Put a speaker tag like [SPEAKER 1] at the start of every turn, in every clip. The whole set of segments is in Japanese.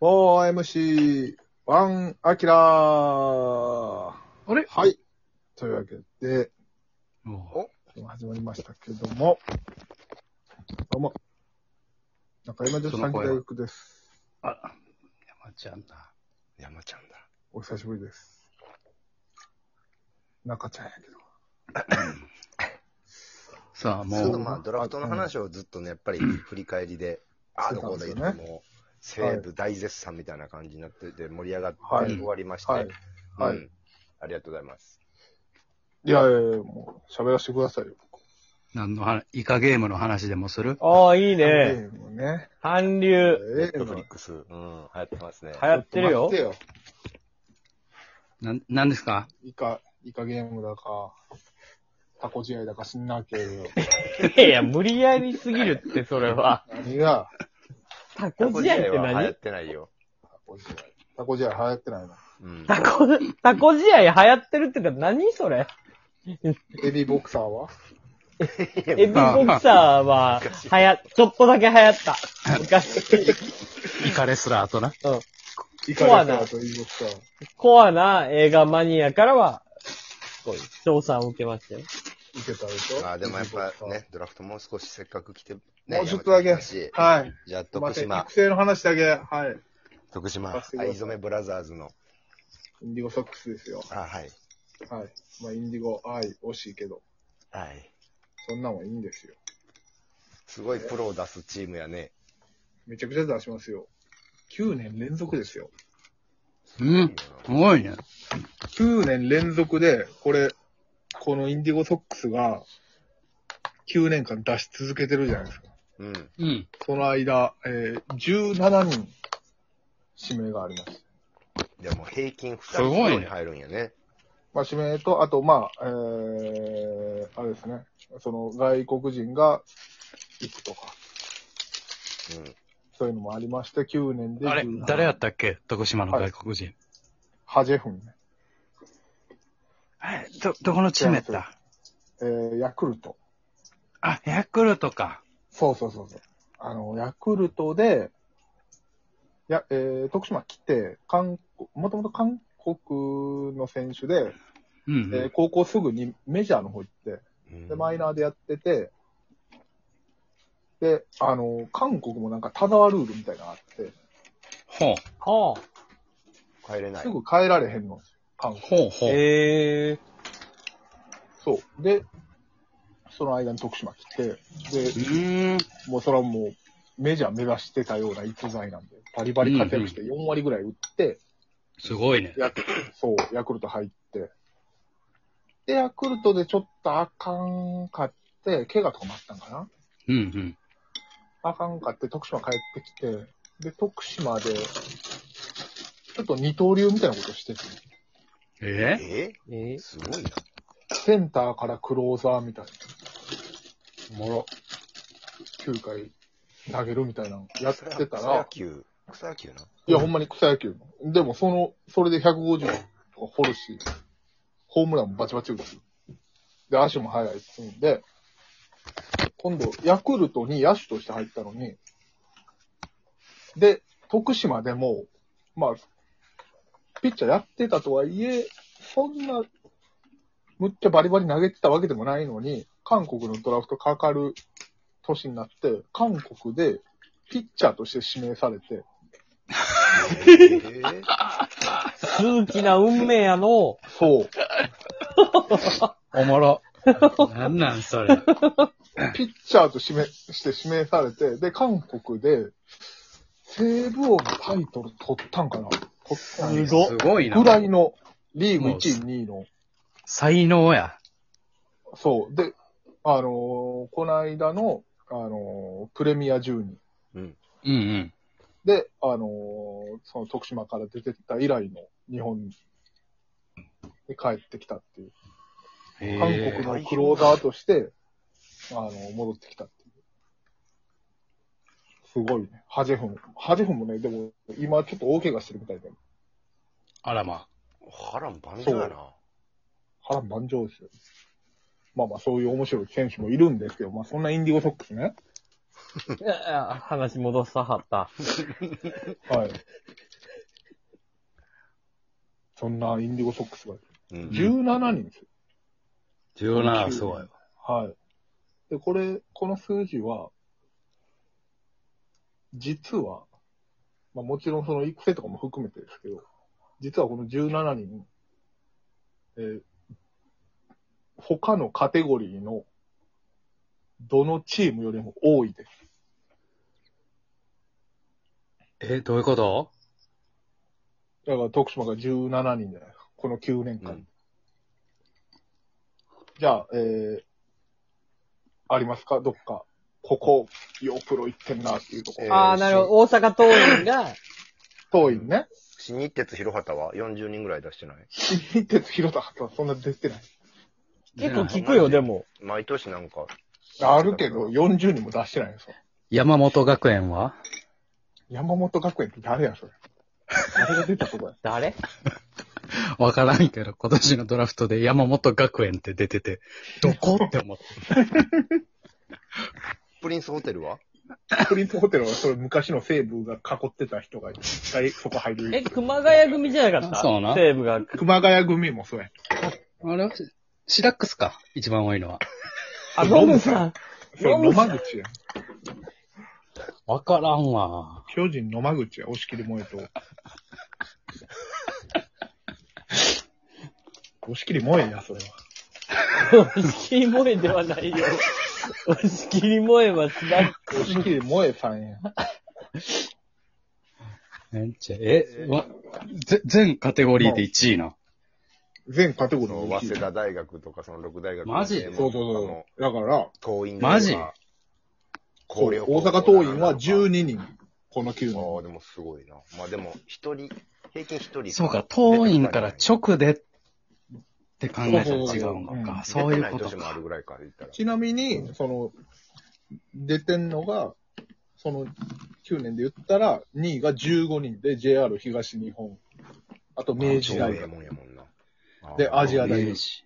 [SPEAKER 1] 4MC1 アキラーは
[SPEAKER 2] あれ
[SPEAKER 1] い。というわけで、
[SPEAKER 2] お
[SPEAKER 1] 始まりましたけども、どうも、中山女子短期大学です。
[SPEAKER 2] あ、山ちゃんだ。
[SPEAKER 3] 山ちゃんだ。
[SPEAKER 1] お久しぶりです。中ちゃんやけど。
[SPEAKER 2] さあ、も
[SPEAKER 3] そう
[SPEAKER 2] う、
[SPEAKER 3] まあ、ドラフトの話をずっとね、やっぱり振り返りで、あの子で言っても、西武大絶賛みたいな感じになってて、盛り上がって
[SPEAKER 1] はい
[SPEAKER 3] 終わりまして、
[SPEAKER 1] はい。はい
[SPEAKER 3] うんありがとうございます。
[SPEAKER 1] いやいやいや、もう喋らせてくださいよ。
[SPEAKER 2] 何の話、イカゲームの話でもする
[SPEAKER 4] ああ、いいね。
[SPEAKER 1] ゲームね。
[SPEAKER 4] 韓
[SPEAKER 1] え
[SPEAKER 4] 流、
[SPEAKER 3] ネ
[SPEAKER 1] え
[SPEAKER 3] ットフリックス、うん、流行ってますね。
[SPEAKER 4] 流行ってるよ
[SPEAKER 1] 待。よ。
[SPEAKER 2] なん、なんですか
[SPEAKER 1] イカ、イカゲームだか、タコ試合だか死んなけど、
[SPEAKER 4] いやいや、無理やりすぎるって、それは。
[SPEAKER 1] 何が、
[SPEAKER 4] タ
[SPEAKER 3] タ
[SPEAKER 4] コ試合って
[SPEAKER 3] は流行
[SPEAKER 4] 何
[SPEAKER 3] ってないよ。
[SPEAKER 1] タコ試合。タコ試合流行ってない の。
[SPEAKER 3] うん。
[SPEAKER 4] タコ、タコ試合流行ってるってか、何それ
[SPEAKER 1] エビボクサーは
[SPEAKER 4] エビボクサーは、はや、ちょっとだけ流行った。昔、
[SPEAKER 2] イカレスラーとな。
[SPEAKER 1] イ
[SPEAKER 4] コ
[SPEAKER 1] カ
[SPEAKER 4] ア
[SPEAKER 1] ゲ
[SPEAKER 4] な
[SPEAKER 1] ームとエビボクサー。
[SPEAKER 4] コアな映画マニアからは、すごい、賞賛を受けましたよ。
[SPEAKER 1] 受けたでしょ
[SPEAKER 3] まあでもやっぱね、ドラフトもう少しせっかく来て、ね、
[SPEAKER 1] もうちょっとだけ
[SPEAKER 3] 山ちゃんだし
[SPEAKER 1] はい。
[SPEAKER 3] じゃあ、
[SPEAKER 1] すいま
[SPEAKER 3] 徳
[SPEAKER 1] せん。
[SPEAKER 3] 島
[SPEAKER 1] 育、成の話だけ、はい。
[SPEAKER 3] 徳島
[SPEAKER 1] させて、ください
[SPEAKER 3] 藍染ブラザーズの、
[SPEAKER 1] インディゴソックスですよ。
[SPEAKER 3] あ、はい。
[SPEAKER 1] はい。まあ、インディゴ、愛、惜しいけど、
[SPEAKER 3] はい。
[SPEAKER 1] そんなんはいいんですよ。
[SPEAKER 3] すごいプロを出すチームやね。
[SPEAKER 1] めちゃくちゃ出しますよ。9年連続ですよ。
[SPEAKER 2] うん。すごいね。
[SPEAKER 1] 9年連続で、これ、このインディゴソックスが、9年間出し続けてるじゃないですか。
[SPEAKER 3] うん。
[SPEAKER 2] うん。
[SPEAKER 1] その間、えー、17人、指名があります。
[SPEAKER 3] でも平均2
[SPEAKER 2] す
[SPEAKER 3] 人
[SPEAKER 2] ごいね
[SPEAKER 3] に入るんやね。
[SPEAKER 1] まあ、指名と、あと、まあ、えー、あれですね。その、外国人が行くとか、
[SPEAKER 3] うん。
[SPEAKER 1] そういうのもありまして、9年で17。
[SPEAKER 2] あれ、誰やったっけ徳島の外国人。
[SPEAKER 1] ハジェフンね。
[SPEAKER 2] え、ど、どこのチームやった
[SPEAKER 1] えー、ヤクルト。
[SPEAKER 2] あ、ヤクルトか。
[SPEAKER 1] そうそうそうそう。あの、ヤクルトで、や、えー、徳島来て、韓国、もともと韓国の選手で、
[SPEAKER 2] う
[SPEAKER 1] え
[SPEAKER 2] ん。
[SPEAKER 1] ー高校すぐにメジャーの方行って、で、マイナーでやってて、で、あの、韓国もなんか田沢ルールみたいなのがあって、
[SPEAKER 2] ほう。
[SPEAKER 4] はあ。
[SPEAKER 3] 帰れない。
[SPEAKER 1] すぐ変えられへんの。韓国。
[SPEAKER 2] ほうほう。
[SPEAKER 4] ええ
[SPEAKER 1] そう。で、その間に徳島来て、で
[SPEAKER 2] う、ーん。
[SPEAKER 1] もうそれはもう、メジャー目指してたような逸材なんで、バリバリ活躍して4割ぐらい打って、
[SPEAKER 2] すごいね。
[SPEAKER 1] ヤクそう、ヤクルト入って。で、ヤクルトでちょっとあかんかって、怪我とかもあったんかな
[SPEAKER 2] うん
[SPEAKER 1] あかんかって、徳島帰ってきて、で、徳島で、ちょっと二刀流みたいなことしてて、
[SPEAKER 2] うん。え
[SPEAKER 3] え
[SPEAKER 4] ええ
[SPEAKER 3] すごいな。
[SPEAKER 1] センターからクローザーみたいな、
[SPEAKER 2] おもろ。
[SPEAKER 1] 9回投げるみたいなのやってた
[SPEAKER 3] 草野
[SPEAKER 1] ら、
[SPEAKER 3] 球。草野球 な。
[SPEAKER 1] いや、ほんまに草野球の。でも、その、それで150とか掘るし、ホームランもバチバチ打つ。で、足も速いし、んで、今度、ヤクルトに野手として入ったのに、で、徳島でも、まあ、ピッチャーやってたとはいえ、そんな、むっちゃバリバリ投げてたわけでもないのに、韓国のドラフトかかる年になって、韓国でピッチャーとして指名されて、
[SPEAKER 3] えー、
[SPEAKER 4] 数奇な運命やの。
[SPEAKER 1] そう。
[SPEAKER 2] おもろ。 なんなんそれ。
[SPEAKER 1] ピッチャーと指名して指名されて、で、韓国で、西武王のタイトル取ったんかな取ったんや
[SPEAKER 4] すごっ
[SPEAKER 2] すごいな
[SPEAKER 1] ぐ。らいの、リーグ
[SPEAKER 2] もう
[SPEAKER 1] 1位、2位の。
[SPEAKER 2] 才能や。
[SPEAKER 1] そう。で、あのーこの間の、あのープレミア12。
[SPEAKER 2] うんうん。
[SPEAKER 1] で、あのーその徳島から出てった以来の日本に帰ってきたっていう。
[SPEAKER 2] へ
[SPEAKER 1] 韓
[SPEAKER 2] え
[SPEAKER 1] 国のクローザーとして、あの、戻ってきたっていう。すごいね。ハジェフン。ハジェフンもね、でも、今ちょっと大怪我してるみたいで、
[SPEAKER 2] あらま。
[SPEAKER 3] 波乱万丈やな。
[SPEAKER 1] 波乱万丈ですよ。まあまあ、そういう面白い選手もいるんですけど、まあそんなインディゴソックスね。
[SPEAKER 4] いやいや話戻さはった。
[SPEAKER 1] はい。そんなインディゴソックスが。
[SPEAKER 3] うん
[SPEAKER 1] 17人ですよ。
[SPEAKER 2] 17、そうやわ。
[SPEAKER 1] はい。で、これ、この数字は、実は、まあもちろんその育成とかも含めてですけど、実はこの17人、えー他のカテゴリーの、どのチームよりも多いです。
[SPEAKER 2] え、どういうこと
[SPEAKER 1] だから徳島が17人じゃないですか。この9年間。
[SPEAKER 3] うん
[SPEAKER 1] じゃあ、えー、ありますかどっか。ここ、ようプロ行ってんなっていうとこ。
[SPEAKER 3] えー
[SPEAKER 4] ああ、なるほど。大阪桐蔭 が、
[SPEAKER 1] 遠いね。
[SPEAKER 3] 新日鉄広畑は40人ぐらい出してない
[SPEAKER 1] 新日鉄広田はそんな出てない。
[SPEAKER 4] 結構聞くよ、でも。
[SPEAKER 3] 毎年なんか。
[SPEAKER 1] あるけど、40人も出してないよ、それ
[SPEAKER 2] 山本学園は
[SPEAKER 1] 山本学園って誰や、それ。誰が出たとこや。
[SPEAKER 4] 誰
[SPEAKER 2] わからんけど、今年のドラフトで山本学園って出てて、どこって思って。
[SPEAKER 3] プリンスホテルは
[SPEAKER 1] プリンスホテルは、それ昔の西部が囲ってた人が、一回そこ入る。
[SPEAKER 4] え、熊谷組じゃなかった
[SPEAKER 2] あそうな
[SPEAKER 4] 西武が。
[SPEAKER 1] 熊谷組もそうや。
[SPEAKER 2] あれはシシラックスか一番多いのは。
[SPEAKER 4] あ、ノムさん。
[SPEAKER 1] それ、野間口や。
[SPEAKER 2] わからんわ。
[SPEAKER 1] 巨人野間口や、押切萌え と。押切萌えや、それは。
[SPEAKER 4] 押切萌えではないよ。押切萌えはスラック
[SPEAKER 1] 押切萌えさんや。
[SPEAKER 2] なんちゃ、え、わ、ぜ全カテゴリーで1位な。
[SPEAKER 1] 全カテゴ
[SPEAKER 3] そ
[SPEAKER 1] リー
[SPEAKER 3] の
[SPEAKER 1] の
[SPEAKER 3] 早稲田大学とか、その六大学
[SPEAKER 2] マジ
[SPEAKER 3] で
[SPEAKER 1] そうそう
[SPEAKER 3] あの
[SPEAKER 1] そう。だから、
[SPEAKER 3] 桐蔭
[SPEAKER 2] マジ
[SPEAKER 1] 大阪桐蔭は12人。この9
[SPEAKER 3] あ
[SPEAKER 1] の。
[SPEAKER 3] あ、でもすごいな。まあでも、一人、平均一人。
[SPEAKER 2] そうか、当院から直でって考えたら違うのか。
[SPEAKER 3] 出て
[SPEAKER 2] そういう
[SPEAKER 3] ない
[SPEAKER 2] こと
[SPEAKER 3] 年もあ
[SPEAKER 2] か
[SPEAKER 3] る。ぐらいか、言ったら。
[SPEAKER 1] ちなみに、その、出てんのが、その9年で言ったら、2位が15人で JR 東日本。あと明治大
[SPEAKER 3] あちょうどええ
[SPEAKER 1] 学。
[SPEAKER 3] もんやもんな。
[SPEAKER 1] でアジア大学
[SPEAKER 2] 明治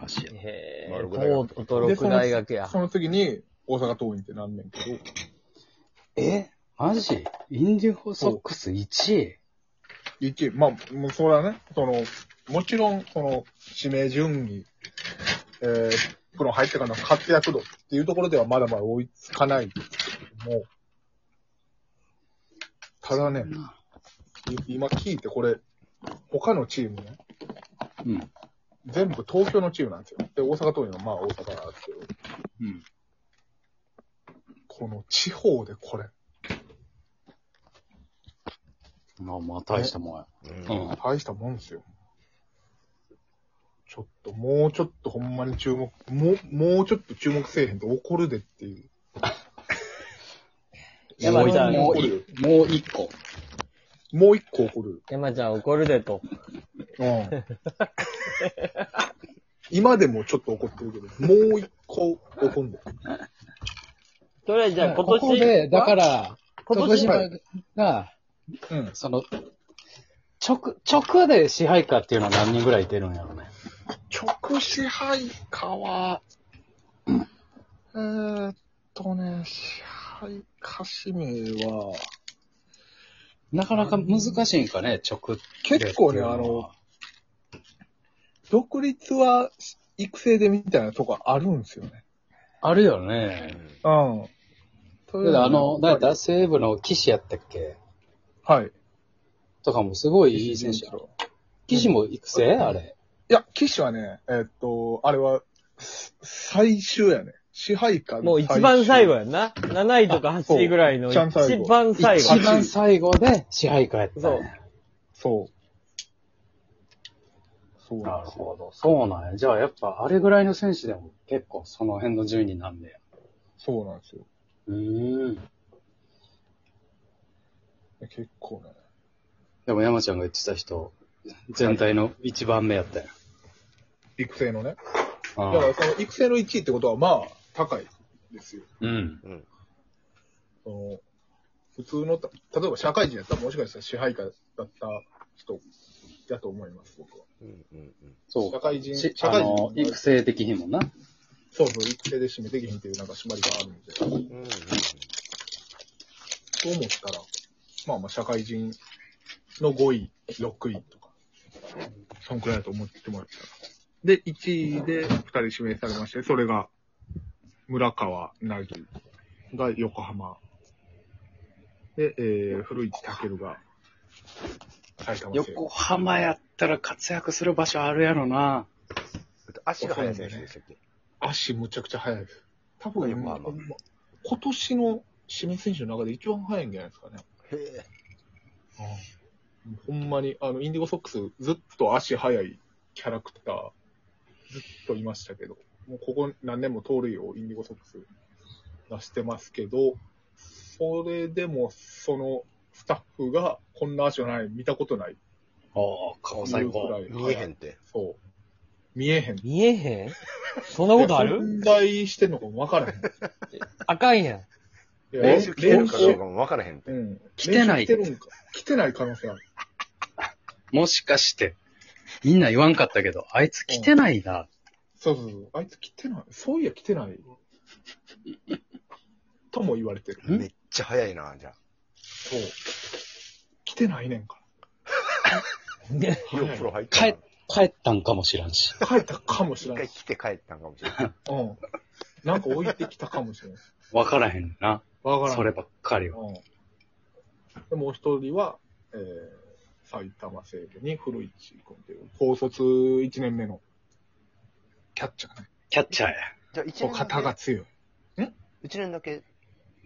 [SPEAKER 2] 芦屋
[SPEAKER 4] へ
[SPEAKER 3] まあ
[SPEAKER 4] ぇ
[SPEAKER 3] 六大学
[SPEAKER 4] ー、東都六大学や
[SPEAKER 1] そ。の次に、大阪桐蔭ってなんねんけど。
[SPEAKER 2] えマジインディゴソックス1位
[SPEAKER 1] 一位、まあ、もうそれはね、その、もちろん、その、指名順位、えー、プロ入ってからの活躍度っていうところではまだまだ追いつかないですけども、ただね、い今聞いてこれ、他のチームね、
[SPEAKER 2] うん。
[SPEAKER 1] 全部東京のチームなんですよ。で、大阪桐蔭はまあ大阪なんですけど、
[SPEAKER 2] うん。
[SPEAKER 1] この地方でこれ、
[SPEAKER 2] まあまあ、大したもんや。
[SPEAKER 3] うん
[SPEAKER 2] うん
[SPEAKER 1] 大したもんですよ。ちょっと、もうちょっとほんまに注目、もう、もうちょっと注目せえへんと怒るでっていう。
[SPEAKER 4] 山ちゃん、
[SPEAKER 1] も
[SPEAKER 2] も
[SPEAKER 1] う
[SPEAKER 2] う
[SPEAKER 1] 一
[SPEAKER 2] 一もう一個。
[SPEAKER 1] もう一個怒る。
[SPEAKER 4] 山ちゃん怒るでと。
[SPEAKER 1] うん。 今でもちょっと怒ってるけど、もう一個怒んで。
[SPEAKER 4] それじゃあ今年。。
[SPEAKER 2] ここで、だからら、
[SPEAKER 4] 今
[SPEAKER 2] 徳
[SPEAKER 4] 年
[SPEAKER 2] 島が、
[SPEAKER 1] うん。
[SPEAKER 2] その、直、直で支配下っていうのは何人ぐらい出るんやろね。
[SPEAKER 1] 直支配下は、えーっとね、支配下指名は、
[SPEAKER 2] なかなか難しいんかね、直でっていうは。
[SPEAKER 1] 結構ねあの独立は育成でみたいなとこあるんですよね。
[SPEAKER 2] あるよね。
[SPEAKER 1] うん。
[SPEAKER 2] だってあの、なんやった西部の騎士やったっけ
[SPEAKER 1] はい。
[SPEAKER 2] とかもすごいいい選手やろ。騎士も育成あれ。
[SPEAKER 1] いや、騎士はね、えーっと、あれは、す最終やね。支配下の
[SPEAKER 4] もう一番最後
[SPEAKER 1] や。
[SPEAKER 4] やんな。7位とか8位ぐらいの
[SPEAKER 1] あ
[SPEAKER 4] 一
[SPEAKER 1] そう一番最後
[SPEAKER 4] 番最
[SPEAKER 2] 一
[SPEAKER 4] 後。
[SPEAKER 2] 番最後で支配下やった、
[SPEAKER 4] そう
[SPEAKER 2] ね。
[SPEAKER 1] そう。そう
[SPEAKER 2] な
[SPEAKER 1] なん
[SPEAKER 2] る
[SPEAKER 1] ですよ。
[SPEAKER 2] ほど。そうなんや。じゃあやっぱあれぐらいの選手でも結構その辺の順位になんねや。
[SPEAKER 1] そうなんですよ。
[SPEAKER 2] うーん。
[SPEAKER 1] 結構ね。
[SPEAKER 2] でも山ちゃんが言ってた人、全体の一番目やったやん。
[SPEAKER 1] 育成のね。
[SPEAKER 2] あ
[SPEAKER 1] だ
[SPEAKER 2] あ
[SPEAKER 1] からその育成の1位ってことは、まあ、高いですよ。
[SPEAKER 2] うん。
[SPEAKER 3] うん。
[SPEAKER 1] その普通のた、例えば社会人やったらもしかしたら支配下だった人だと思います、僕は。
[SPEAKER 3] うん。うん。うん。
[SPEAKER 2] そう
[SPEAKER 1] 社
[SPEAKER 2] か。
[SPEAKER 1] 会人、
[SPEAKER 2] し
[SPEAKER 1] 社
[SPEAKER 2] あ
[SPEAKER 1] 会人
[SPEAKER 2] の、育成的にもな。
[SPEAKER 1] そうそう、育成で締めてきひんっていうなんか縛りがあるんで。
[SPEAKER 3] うん。う
[SPEAKER 1] と思
[SPEAKER 3] ん。
[SPEAKER 1] ったら、まあまあ社会人の5位、6位とか、そんくらいだと思ってもらったら。で、1位で2人指名されまして、それが、村川なぎが横浜。で、えー、古市健が埼玉西
[SPEAKER 2] 横浜やったら活躍する場所あるやろな。
[SPEAKER 3] 足が速い選手でしたっけ
[SPEAKER 1] 足むちゃくちゃ速いです。多分、
[SPEAKER 3] 横浜
[SPEAKER 1] 今年の指名選手の中で一番速いんじゃないですかね。
[SPEAKER 3] へえ。
[SPEAKER 1] ほんまに、あの、インディゴソックス、ずっと足速いキャラクター、ずっといましたけど、もうここ何年も盗塁をインディゴソックス出してますけど、それでも、その、スタッフが、こんな足はない、見たことない、
[SPEAKER 2] ああ、顔最
[SPEAKER 1] いうくら
[SPEAKER 2] 高。
[SPEAKER 1] い
[SPEAKER 3] 見えへんって。
[SPEAKER 1] そう。見えへん。
[SPEAKER 4] 見えへんそんなことある
[SPEAKER 1] 存在してんのかもわからへん。
[SPEAKER 4] あかんやん。
[SPEAKER 1] いや
[SPEAKER 3] 練習来てるかどうかも分からへんって。
[SPEAKER 1] うん。
[SPEAKER 2] 来てない
[SPEAKER 1] 練習来てるんか。来てない可能性ある。
[SPEAKER 2] もしかして、みんな言わんかったけど、あいつ来てないな。
[SPEAKER 1] そうそうそう。あいつ来てない。そういや来てない。とも言われてる。
[SPEAKER 2] うん
[SPEAKER 3] めっちゃ速いな、じゃ
[SPEAKER 1] そう。来てないねんか
[SPEAKER 4] で
[SPEAKER 3] あ。ようプロ入った
[SPEAKER 2] 帰
[SPEAKER 3] な。
[SPEAKER 2] 帰ったんかもしらんし。
[SPEAKER 1] ら。帰ったかもし
[SPEAKER 3] 一
[SPEAKER 1] れな
[SPEAKER 3] 回
[SPEAKER 1] い。
[SPEAKER 3] 来て帰ったんかもしれない。
[SPEAKER 1] うん。なんか置いてきたかもしれない。
[SPEAKER 2] わからへんな。
[SPEAKER 1] わからん。
[SPEAKER 2] そればっかりは。
[SPEAKER 1] うん。で、もう一人は、えー、埼玉西部に古市君っていう、高卒1年目のキャッチャーね。
[SPEAKER 2] キャッチャーや。
[SPEAKER 3] じゃあ一
[SPEAKER 1] そう、
[SPEAKER 3] 年だ
[SPEAKER 1] 肩が
[SPEAKER 3] け、
[SPEAKER 1] 強い。
[SPEAKER 3] 一年だけ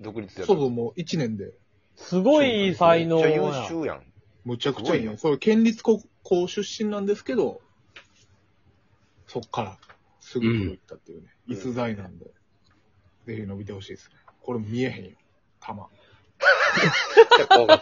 [SPEAKER 3] 独立や
[SPEAKER 1] そうそう、もう1年で。
[SPEAKER 4] すごい才能
[SPEAKER 3] めっち
[SPEAKER 4] や
[SPEAKER 3] ゃ優秀やん。
[SPEAKER 1] むちゃくちゃいい
[SPEAKER 3] すごい
[SPEAKER 1] よ。
[SPEAKER 3] ね
[SPEAKER 1] そう、県立高校出身なんですけど、そっから、すぐプロ行ったっていうね。
[SPEAKER 3] うん
[SPEAKER 1] 逸材なんで、ぜひ伸びてほしいですね。これ見えへんよ。球。
[SPEAKER 2] こうが